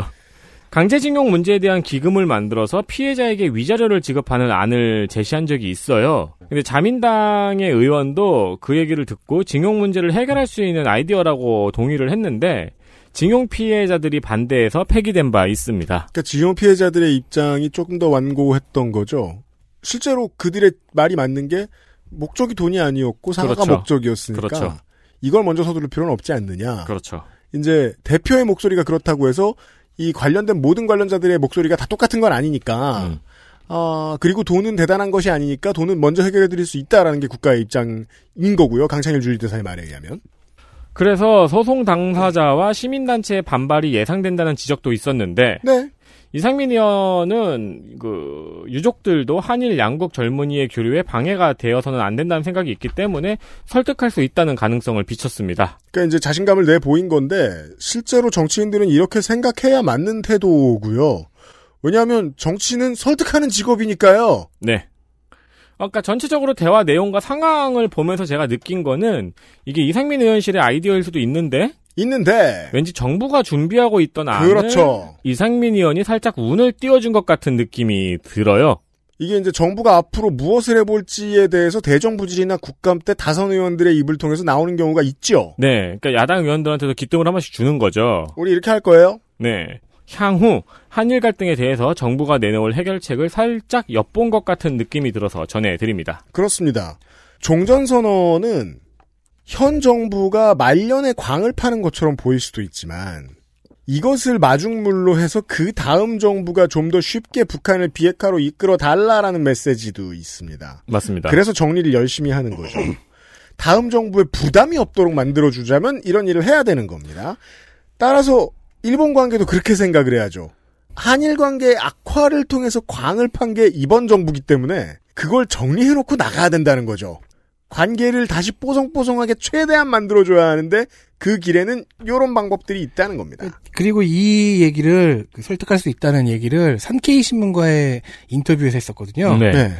S2: 강제징용 문제에 대한 기금을 만들어서 피해자에게 위자료를 지급하는 안을 제시한 적이 있어요. 근데 자민당의 의원도 그 얘기를 듣고 징용 문제를 해결할 수 있는 아이디어라고 동의를 했는데 징용 피해자들이 반대해서 폐기된 바 있습니다.
S4: 그러니까 지용 피해자들의 입장이 조금 더 완고했던 거죠. 실제로 그들의 말이 맞는 게 목적이 돈이 아니었고 사과가
S2: 그렇죠.
S4: 목적이었으니까
S2: 그렇죠.
S4: 이걸 먼저 서두를 필요는 없지 않느냐.
S8: 그렇죠.
S4: 이제 대표의 목소리가 그렇다고 해서 이 관련된 모든 관련자들의 목소리가 다 똑같은 건 아니니까.
S8: 음.
S4: 아, 그리고 돈은 대단한 것이 아니니까 돈은 먼저 해결해 드릴 수 있다라는 게 국가의 입장인 거고요. 강창일 주일대사의 말에 의하면.
S2: 그래서 소송 당사자와 시민단체의 반발이 예상된다는 지적도 있었는데
S4: 네.
S2: 이상민 의원은 그 유족들도 한일 양국 젊은이의 교류에 방해가 되어서는 안 된다는 생각이 있기 때문에 설득할 수 있다는 가능성을 비쳤습니다.
S4: 그러니까 이제 자신감을 내 보인 건데 실제로 정치인들은 이렇게 생각해야 맞는 태도고요. 왜냐하면 정치는 설득하는 직업이니까요.
S2: 네. 아까 전체적으로 대화 내용과 상황을 보면서 제가 느낀 거는 이게 이상민 의원실의 아이디어일 수도 있는데
S4: 있는데
S2: 왠지 정부가 준비하고 있던 안을
S4: 그렇죠.
S2: 이상민 의원이 살짝 운을 띄워준 것 같은 느낌이 들어요.
S4: 이게 이제 정부가 앞으로 무엇을 해볼지에 대해서 대정부질이나 국감 때 다선 의원들의 입을 통해서 나오는 경우가 있죠.
S2: 네, 그러니까 야당 의원들한테도 기쁨을 한 번씩 주는 거죠.
S4: 우리 이렇게 할 거예요.
S2: 네. 향후 한일 갈등에 대해서 정부가 내놓을 해결책을 살짝 엿본 것 같은 느낌이 들어서 전해드립니다.
S4: 그렇습니다. 종전선언은 현 정부가 말년에 광을 파는 것처럼 보일 수도 있지만 이것을 마중물로 해서 그 다음 정부가 좀 더 쉽게 북한을 비핵화로 이끌어 달라라는 메시지도 있습니다.
S2: 맞습니다.
S4: 그래서 정리를 열심히 하는 거죠. 다음 정부에 부담이 없도록 만들어주자면 이런 일을 해야 되는 겁니다. 따라서 일본 관계도 그렇게 생각을 해야죠. 한일 관계의 악화를 통해서 광을 판 게 이번 정부기 때문에 그걸 정리해놓고 나가야 된다는 거죠. 관계를 다시 뽀송뽀송하게 최대한 만들어줘야 하는데 그 길에는 이런 방법들이 있다는 겁니다.
S3: 그리고 이 얘기를 그 설득할 수 있다는 얘기를 산케이 신문과의 인터뷰에서 했었거든요.
S2: 네.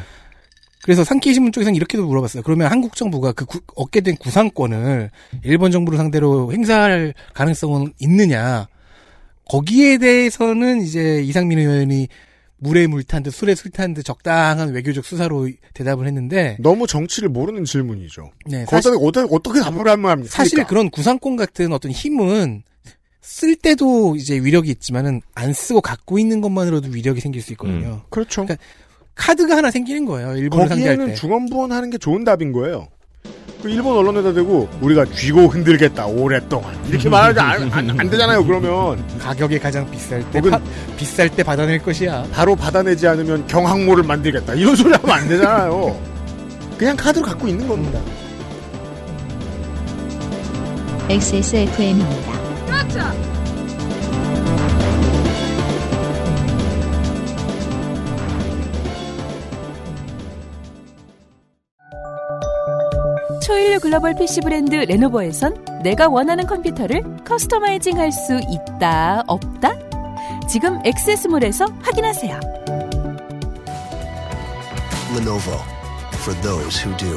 S3: 그래서 산케이 신문 쪽에서는 이렇게도 물어봤어요. 그러면 한국 정부가 그 구- 얻게 된 구상권을 일본 정부를 상대로 행사할 가능성은 있느냐? 거기에 대해서는 이제 이상민 의원이 물에 물 탄 듯 술에 술 탄 듯 적당한 외교적 수사로 대답을 했는데
S4: 너무 정치를 모르는 질문이죠.
S3: 네,
S4: 거기다 어떻게, 어떻게 답을 하면 합니까?
S3: 사실
S4: 그러니까.
S3: 그런 구상권 같은 어떤 힘은 쓸 때도 이제 위력이 있지만은 안 쓰고 갖고 있는 것만으로도 위력이 생길 수 있거든요.
S4: 그렇죠.
S3: 그러니까 카드가 하나 생기는 거예요. 일본을 상대할 때.
S4: 거기에는 중원부원 하는 게 좋은 답인 거예요. 그 일본 언론에다 대고 우리가 쥐고 흔들겠다 오랫동안 이렇게 말하지 안, 안, 안 되잖아요. 그러면
S3: 가격이 가장 비쌀 때
S4: 혹은-
S3: 파- 비쌀 때 받아낼 것이야.
S4: 바로 받아내지 않으면 경항모를 만들겠다 이런 소리 하면 안 되잖아요. 그냥 카드로 갖고 있는 겁니다.
S1: XSFM입니다.
S5: 초일류 글로벌 PC 브랜드 레노버에선 내가 원하는 컴퓨터를 커스터마이징 할 수 있다, 없다? 지금 액세스몰에서 확인하세요.
S6: Lenovo for those who do.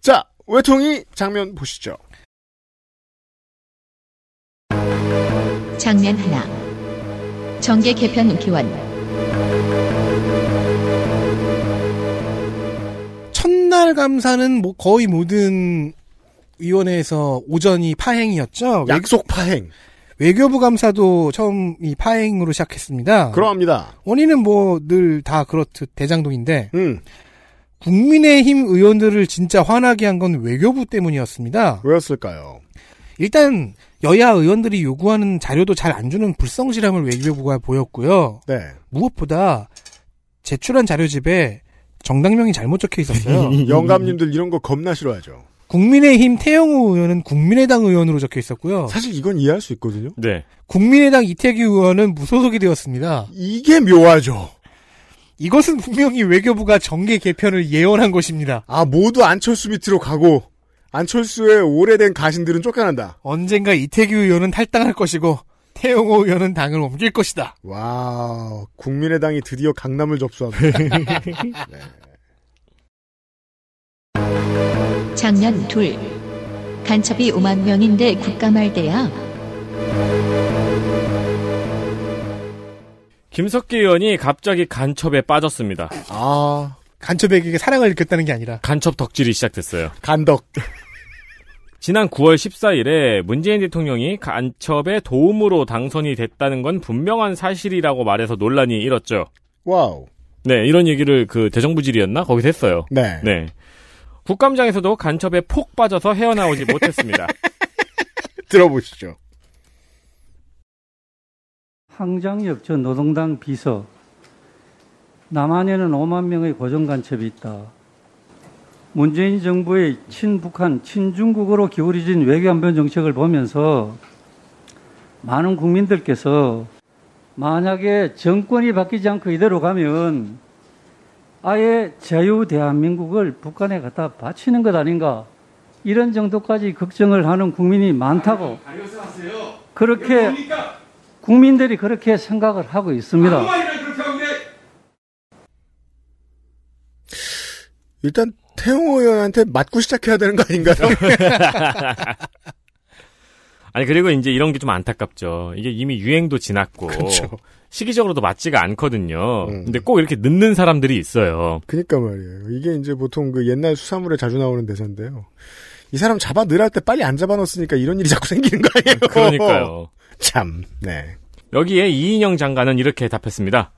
S4: 자 외통이 장면 보시죠.
S1: 장면 하나. 정계 개편 기원.
S3: 첫날 감사는 뭐 거의 모든 위원회에서 오전이 파행이었죠.
S4: 약속 파행
S3: 외교부 감사도 처음 이 파행으로 시작했습니다.
S4: 그러합니다.
S3: 원인은 뭐 늘 다 그렇듯 대장동인데
S4: 음
S3: 국민의힘 의원들을 진짜 화나게 한 건 외교부 때문이었습니다.
S4: 왜였을까요?
S3: 일단 여야 의원들이 요구하는 자료도 잘 안 주는 불성실함을 외교부가 보였고요.
S4: 네
S3: 무엇보다 제출한 자료집에 정당명이 잘못 적혀 있었어요.
S4: 영감님들 이런 거 겁나 싫어하죠.
S3: 국민의힘 태영호 의원은 국민의당 의원으로 적혀 있었고요.
S4: 사실 이건 이해할 수 있거든요.
S2: 네.
S3: 국민의당 이태규 의원은 무소속이 되었습니다.
S4: 이게 묘하죠.
S3: 이것은 분명히 외교부가 정계 개편을 예언한 것입니다.
S4: 아 모두 안철수 밑으로 가고 안철수의 오래된 가신들은 쫓겨난다.
S3: 언젠가 이태규 의원은 탈당할 것이고 태용호 의원은 당을 옮길 것이다.
S4: 와, 국민의당이 드디어 강남을 접수합니다.
S1: 장년 둘. 간첩이 5만 명인데 국가 말대야.
S2: 김석기 의원이 갑자기 간첩에 빠졌습니다.
S4: 아,
S3: 간첩에게 사랑을 느꼈다는 게 아니라
S2: 간첩 덕질이 시작됐어요.
S4: 간덕.
S2: 지난 9월 14일에 문재인 대통령이 간첩의 도움으로 당선이 됐다는 건 분명한 사실이라고 말해서 논란이 일었죠.
S4: 와우.
S2: 네, 이런 얘기를 그 대정부질이었나? 거기서 했어요.
S4: 네.
S2: 네. 국감장에서도 간첩에 폭 빠져서 헤어나오지 못했습니다.
S4: 들어보시죠.
S8: 항장엽 전 노동당 비서 남한에는 5만 명의 고정간첩이 있다. 문재인 정부의 친북한, 친중국으로 기울어진 외교안보 정책을 보면서 많은 국민들께서 만약에 정권이 바뀌지 않고 이대로 가면 아예 자유 대한민국을 북한에 갖다 바치는 것 아닌가 이런 정도까지 걱정을 하는 국민이 많다고 그렇게 국민들이 그렇게 생각을 하고 있습니다.
S4: 일단 태용호 의원한테 맞고 시작해야 되는 거 아닌가요?
S2: 아니 그리고 이제 이런 게 좀 안타깝죠. 이게 이미 유행도 지났고
S4: 그렇죠.
S2: 시기적으로도 맞지가 않거든요.
S4: 음.
S2: 근데 꼭 이렇게 늦는 사람들이 있어요.
S4: 그니까 말이에요. 이게 이제 보통 그 옛날 수사물에 자주 나오는 대사인데요. 이 사람 잡아 넣으라 할때 빨리 안 잡아놓으니까 이런 일이 자꾸 생기는 거 아니에요?
S2: 그러니까요.
S4: 참, 네.
S2: 여기에 이인영 장관은 이렇게 답했습니다.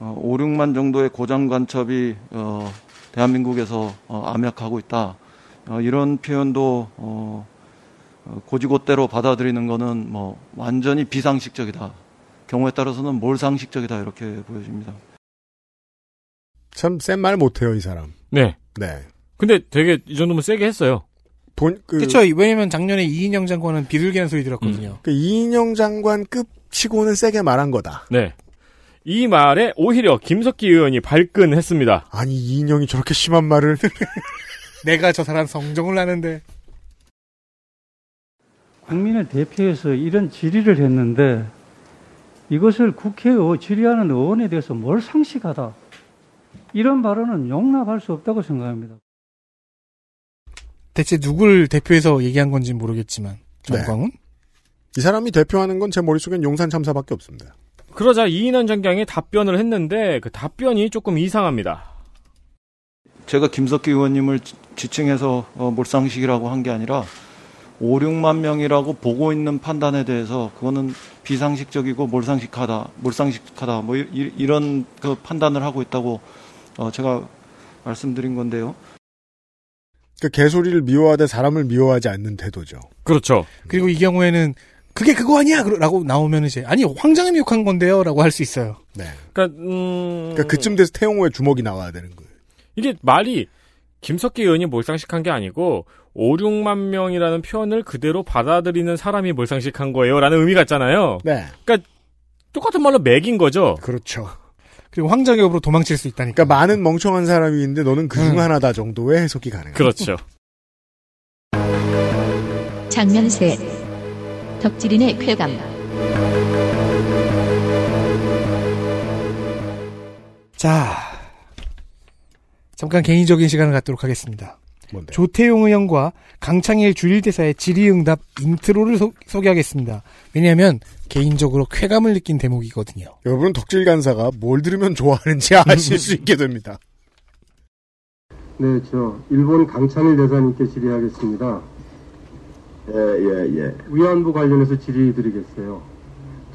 S9: 어, 5, 6만 정도의 고장 간첩이 어, 대한민국에서 어, 암약하고 있다. 어, 이런 표현도 어, 어, 고지고대로 받아들이는 거는 뭐 완전히 비상식적이다. 경우에 따라서는 몰상식적이다 이렇게 보여집니다.
S4: 참 센 말 못해요, 이 사람.
S2: 네.
S4: 네.
S2: 근데 되게 이 정도면 세게 했어요.
S4: 본, 그,
S3: 그쵸 왜냐면 작년에 이인영 장관은 비둘기라는 소리 들었거든요.
S4: 그 이인영 장관급 치고는 세게 말한 거다.
S2: 네. 이 말에 오히려 김석기 의원이 발끈했습니다.
S4: 아니, 이인영이 저렇게 심한 말을.
S3: 내가 저 사람 성정을 하는데
S8: 국민을 대표해서 이런 질의를 했는데 이것을 국회에 질의하는 의원에 대해서 뭘 상식하다. 이런 발언은 용납할 수 없다고 생각합니다.
S3: 대체 누굴 대표해서 얘기한 건지 모르겠지만
S4: 네.
S3: 정광훈
S4: 이 사람이 대표하는 건 제 머릿속엔 용산 참사밖에 없습니다.
S2: 그러자 이인영 장관이 답변을 했는데 그 답변이 조금 이상합니다.
S9: 제가 김석기 의원님을 지- 지칭해서 어, 몰상식이라고 한 게 아니라 5, 6만 명이라고 보고 있는 판단에 대해서 그거는 비상식적이고 몰상식하다, 몰상식하다 뭐 이- 이- 이런 그 판단을 하고 있다고 어, 제가 말씀드린 건데요.
S4: 그 개소리를 미워하되 사람을 미워하지 않는 태도죠.
S2: 그렇죠.
S3: 그리고 이 경우에는 그게 그거 아니야 그러- 라고 나오면 이제 아니 황장님이 욕한 건데요 라고 할 수 있어요.
S4: 네.
S2: 그러니까 음
S4: 그러니까 그쯤 돼서 태용호의 주먹이 나와야 되는 거예요.
S2: 이게 말이 김석기 의원이 몰상식한 게 아니고 5, 6만 명이라는 표현을 그대로 받아들이는 사람이 몰상식한 거예요라는 의미 같잖아요.
S4: 네.
S2: 똑같은 말로 맥인 거죠.
S4: 그렇죠.
S3: 그리고 황장엽으로 도망칠 수 있다니까.
S4: 그러니까 많은 멍청한 사람이 있는데 너는 그 중
S3: 음.
S4: 하나다 정도의 해석이 가능해요.
S2: 그렇죠.
S1: 장면 셋. 덕질인의 쾌감.
S3: 자 잠깐 개인적인 시간을 갖도록 하겠습니다.
S4: 뭔데?
S3: 조태용 의원과 강창일 주일대사의 질의응답 인트로를 소, 개하겠습니다 왜냐하면 개인적으로 쾌감을 느낀 대목이거든요.
S4: 여러분 덕질 간사가 뭘 들으면 좋아하는지 아실 수 있게 됩니다.
S10: 네, 저 일본 강찬일 대사님께 질의하겠습니다. 예, 예, 예. 위안부 관련해서 질의드리겠어요.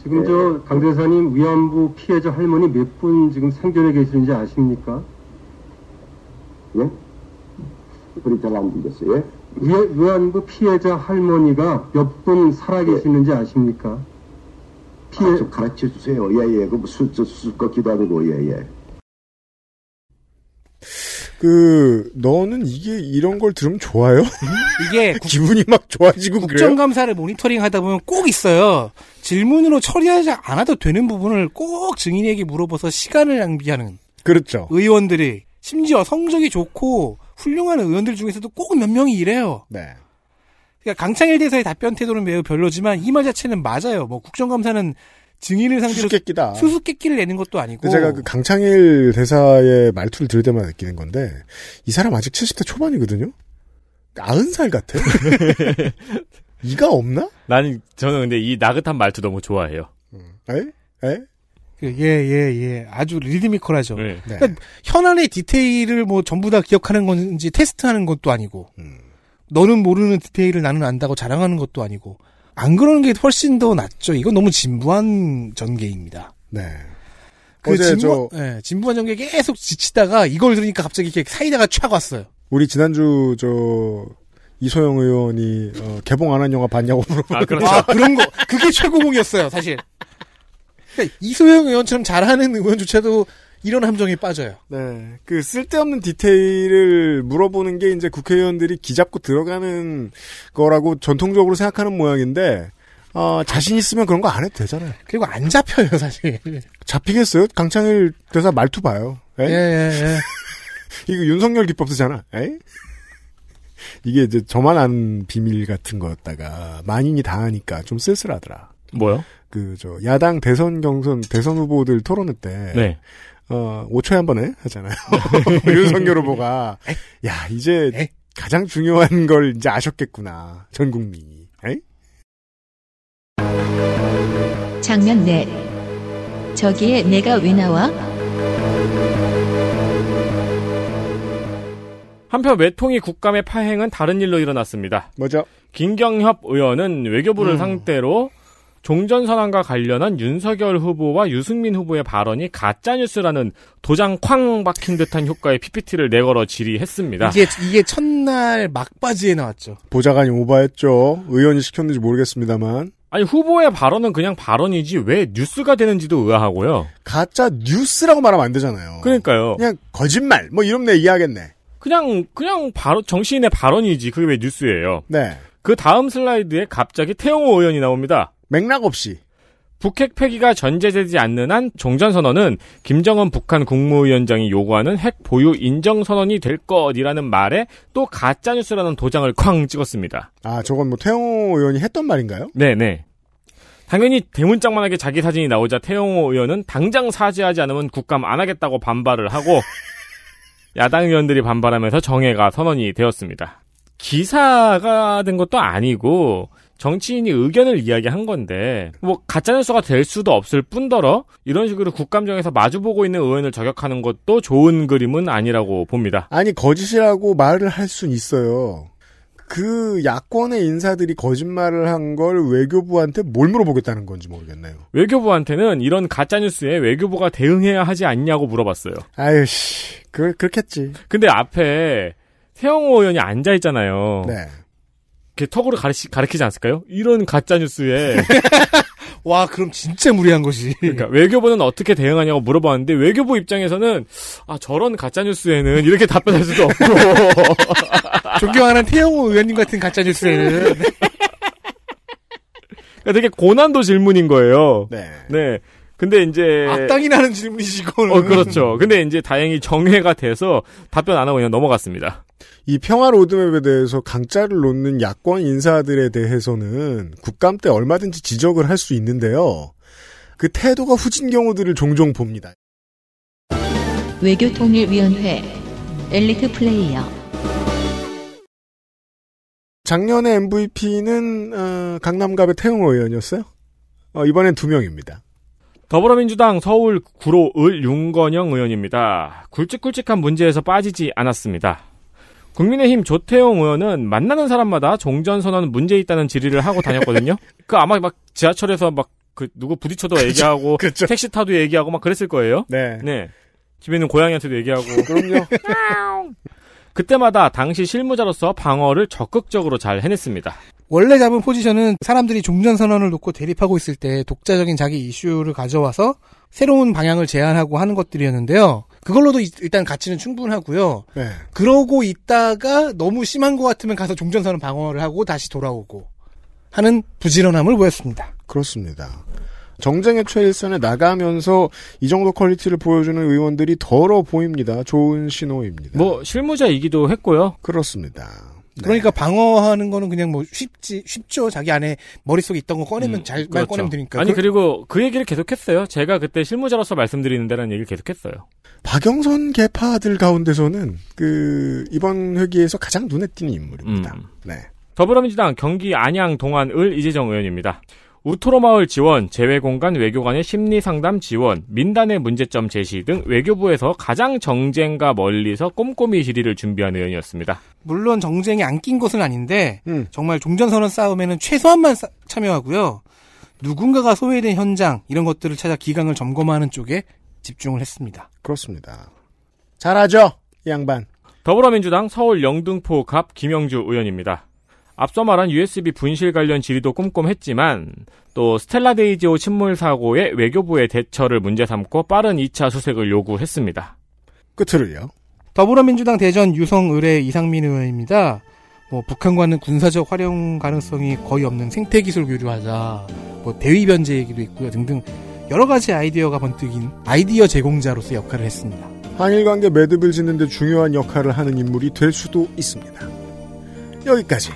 S10: 지금 저 강 대사님 위안부 피해자 할머니 몇 분 지금 생존해 계시는지 아십니까? 예? 그리 잘안 들렸어요. 예? 위안부 피해자 할머니가 몇 분 살아 계시는지 네. 아십니까? 피해 좀 가르쳐 주세요. 예, 예. 그 무슨 수술 꺾기도 하고 예, 예.
S4: 그 너는 이게 이런 걸 들으면 좋아요?
S3: 이게 국-
S4: 기분이 막 좋아지고 그래요?
S3: 국정감사를 모니터링하다 보면 꼭 있어요. 질문으로 처리하지 않아도 되는 부분을 꼭 증인에게 물어봐서 시간을 낭비하는
S4: 그렇죠.
S3: 음. 의원들이 심지어 성적이 좋고 훌륭한 의원들 중에서도 꼭 몇 명이 이래요.
S4: 네.
S3: 그러니까 강창일 대사의 답변 태도는 매우 별로지만 이 말 자체는 맞아요. 뭐 국정감사는 증인을 상대로
S4: 수수께끼다.
S3: 수수께끼를 내는 것도 아니고
S4: 근데 제가 그 강창일 대사의 말투를 들을 때마다 느끼는 건데 이 사람 아직 70대 초반이거든요. 90살 같아. 이가 없나?
S2: 난 저는 근데 이 나긋한 말투 너무 좋아해요.
S4: 에? 네. 에?
S3: 예예예 아주 리드미컬하죠.
S2: 네.
S4: 네.
S3: 그러니까 현안의 디테일을 뭐 전부 다 기억하는 건지 테스트하는 것도 아니고
S4: 음.
S3: 너는 모르는 디테일을 나는 안다고 자랑하는 것도 아니고 안 그러는 게 훨씬 더 낫죠. 이건 너무 진부한 전개입니다.
S4: 네.
S3: 그
S4: 어제
S3: 진부, 예, 진부한 전개 계속 지치다가 이걸 들으니까 갑자기 이렇게 사이다가 촥 왔어요.
S4: 우리 지난주 저 이소영 의원이 어, 개봉 안 한 영화 봤냐고 물어봐.
S2: 아 그렇죠.
S3: 아 그런 거 그게 최고봉이었어요 사실. 그러니까 이소영 의원처럼 잘하는 의원조차도 이런 함정에 빠져요.
S4: 네. 그 쓸데없는 디테일을 물어보는 게 이제 국회의원들이 기잡고 들어가는 거라고 전통적으로 생각하는 모양인데 어, 자신 있으면 그런 거 안 해도 되잖아요.
S3: 그리고 안 잡혀요 사실.
S4: 네? 잡히겠어요? 강창일 대사 말투 봐요. 에?
S3: 예, 예, 예.
S4: 이거 윤석열 기법 쓰잖아. 에? 이게 이제 저만 안 비밀 같은 거였다가 만인이 다 하니까 좀 쓸쓸하더라.
S2: 뭐요?
S4: 그 저 야당 대선 경선 대선 후보들 토론회 때
S2: 네.
S4: 어, 5초에 한 번에 하잖아요. 윤석열 후보가 야 이제
S3: 에이.
S4: 가장 중요한 걸 이제 아셨겠구나 전 국민이. 에이?
S1: 장면 넷. 네. 저기에 내가 왜 나와?
S2: 한편 외통이 국감의 파행은 다른 일로 일어났습니다.
S4: 뭐죠?
S2: 김경협 의원은 외교부를 상대로 종전 선언과 관련한 윤석열 후보와 유승민 후보의 발언이 가짜 뉴스라는 도장 쾅 박힌 듯한 효과의 PPT를 내걸어 질의했습니다.
S3: 이게 이게 첫날 막바지에 나왔죠.
S4: 보좌관이 오바했죠. 의원이 시켰는지 모르겠습니다만
S2: 아니 후보의 발언은 그냥 발언이지 왜 뉴스가 되는지도 의아하고요.
S4: 가짜 뉴스라고 말하면 안 되잖아요.
S2: 그러니까요.
S4: 그냥 거짓말 뭐 이러면 내 이해하겠네.
S2: 그냥 그냥 바로 정치인의 발언이지 그게 왜 뉴스예요.
S4: 네
S2: 그 다음 슬라이드에 갑자기 태용호 의원이 나옵니다.
S4: 맥락 없이
S2: 북핵 폐기가 전제되지 않는 한 종전선언은 김정은 북한 국무위원장이 요구하는 핵 보유 인정선언이 될 것이라는 말에 또 가짜뉴스라는 도장을 쾅 찍었습니다.
S4: 아 저건 뭐 태용 의원이 했던 말인가요?
S2: 네네. 당연히 대문짝만하게 자기 사진이 나오자 태용호 의원은 당장 사죄하지 않으면 국감 안 하겠다고 반발을 하고 야당 의원들이 반발하면서 정해가 선언이 되었습니다. 기사가 된 것도 아니고 정치인이 의견을 이야기한 건데 뭐 가짜뉴스가 될 수도 없을 뿐더러 이런 식으로 국감장에서 마주보고 있는 의원을 저격하는 것도 좋은 그림은 아니라고 봅니다.
S4: 아니 거짓이라고 말을 할 순 있어요. 그 야권의 인사들이 거짓말을 한 걸 외교부한테 뭘 물어보겠다는 건지 모르겠네요.
S2: 외교부한테는 이런 가짜뉴스에 외교부가 대응해야 하지 않냐고 물어봤어요.
S4: 아유씨, 그 그렇겠지.
S2: 근데 앞에 태영호 의원이 앉아 있잖아요.
S4: 네.
S2: 이렇게 턱으로 가르치, 가르치지 않았을까요? 이런 가짜 뉴스에
S3: 와 그럼 진짜 무리한 것이.
S2: 그러니까 외교부는 어떻게 대응하냐고 물어봤는데 외교부 입장에서는 아 저런 가짜 뉴스에는 이렇게 답변할 수도 없고
S3: 존경하는 태영호 의원님 같은 가짜 뉴스에는
S2: 네. 그러니까 되게 고난도 질문인 거예요.
S4: 네.
S2: 네. 근데 이제
S3: 악당이 나는 질문이지 이거는.
S2: 어 그렇죠. 근데 이제 다행히 정회가 돼서 답변 안 하고 그냥 넘어갔습니다.
S4: 이 평화 로드맵에 대해서 강자를 놓는 야권 인사들에 대해서는 국감 때 얼마든지 지적을 할 수 있는데요. 그 태도가 후진 경우들을 종종 봅니다.
S1: 외교통일위원회. 엘리트 플레이어.
S4: 작년에 MVP는 어, 강남갑의 태용호 의원이었어요. 어, 이번엔 두 명입니다.
S2: 더불어민주당 서울 구로 을 윤건영 의원입니다. 굵직굵직한 문제에서 빠지지 않았습니다. 국민의힘 조태용 의원은 만나는 사람마다 종전선언 문제 있다는 질의를 하고 다녔거든요. 그 아마 막 지하철에서 막 그 누구 부딪혀도 얘기하고
S4: 그렇죠.
S2: 택시 타도 얘기하고 막 그랬을 거예요.
S4: 네.
S2: 네. 집에 있는 고양이한테도 얘기하고 음.
S4: 그럼요.
S2: 그때마다 당시 실무자로서 방어를 적극적으로 잘 해냈습니다.
S3: 원래 잡은 포지션은 사람들이 종전 선언을 놓고 대립하고 있을 때 독자적인 자기 이슈를 가져와서 새로운 방향을 제안하고 하는 것들이었는데요. 그걸로도 이- 일단 가치는 충분하고요.
S4: 네.
S3: 그러고 있다가 너무 심한 것 같으면 가서 종전 선언 방어를 하고 다시 돌아오고 하는 부지런함을 보였습니다.
S4: 그렇습니다. 정쟁의 최일선에 나가면서 이 정도 퀄리티를 보여주는 의원들이 더러 보입니다. 좋은 신호입니다.
S2: 뭐 실무자이기도 뭐 했고요.
S4: 그렇습니다.
S2: 네.
S3: 그러니까 방어하는 거는 그냥 뭐 쉽지 쉽죠. 자기 안에 머릿속에 있던 거 꺼내면
S2: 음,
S3: 잘말
S2: 그렇죠.
S3: 꺼내면 되니까.
S2: 아니
S3: 그-
S2: 그리고 그 얘기를 계속했어요. 제가 그때 실무자로서 말씀드리는데라는 얘기를 계속했어요.
S4: 박영선 개파들 가운데서는 그 이번 회기에서 가장 눈에 띄는 인물입니다. 네.
S2: 더불어민주당 경기 안양 동안을 이재정 의원입니다. 우토로 마을 지원, 재외공간 외교관의 심리 상담 지원, 민단의 문제점 제시 등 외교부에서 가장 정쟁과 멀리서 꼼꼼히 질의를 준비한 의원이었습니다.
S3: 물론 정쟁이 안 낀 것은 아닌데 정말 종전선언 싸움에는 최소한만 싸- 참여하고요. 누군가가 소외된 현장 이런 것들을 찾아 기강을 점검하는 쪽에 집중을 했습니다.
S4: 그렇습니다. 잘하죠, 이 양반.
S2: 더불어민주당 서울 영등포 갑 김영주 의원입니다. 앞서 말한 USB 분실 관련 질의도 꼼꼼했지만 또 스텔라데이지오 침몰 사고의 외교부의 대처를 문제 삼고 빠른 2차 수색을 요구했습니다.
S4: 끝을요.
S3: 더불어민주당 대전 유성의뢰 이상민 의원입니다. 뭐 북한과는 군사적 활용 가능성이 거의 없는 생태 기술 교류하자, 뭐 대위 변제 얘기도 있고요 등등 여러 가지 아이디어가 번뜩인 아이디어 제공자로서 역할을 했습니다.
S4: 한일 관계 매듭을 짓는데 중요한 역할을 하는 인물이 될 수도 있습니다. 여기까지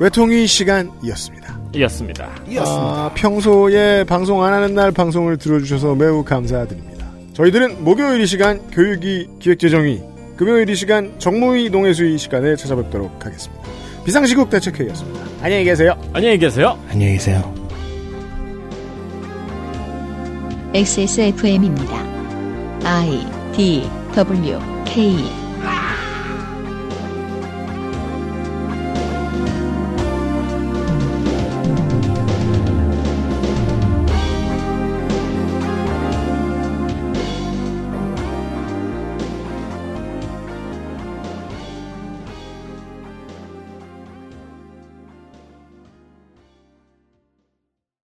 S4: 외통위 시간이었습니다.
S2: 이었습니다.
S4: 아, 평소에 방송 안 하는 날 방송을 들어주셔서 매우 감사드립니다. 저희들은 목요일 이 시간 교육이 기획재정이, 금요일 이 시간 정무위 농해수위 시간에 찾아뵙도록 하겠습니다. 비상시국 대책회의였습니다. 안녕히 계세요.
S2: 안녕히 계세요.
S3: 안녕히 계세요.
S1: XSFM입니다. I D W K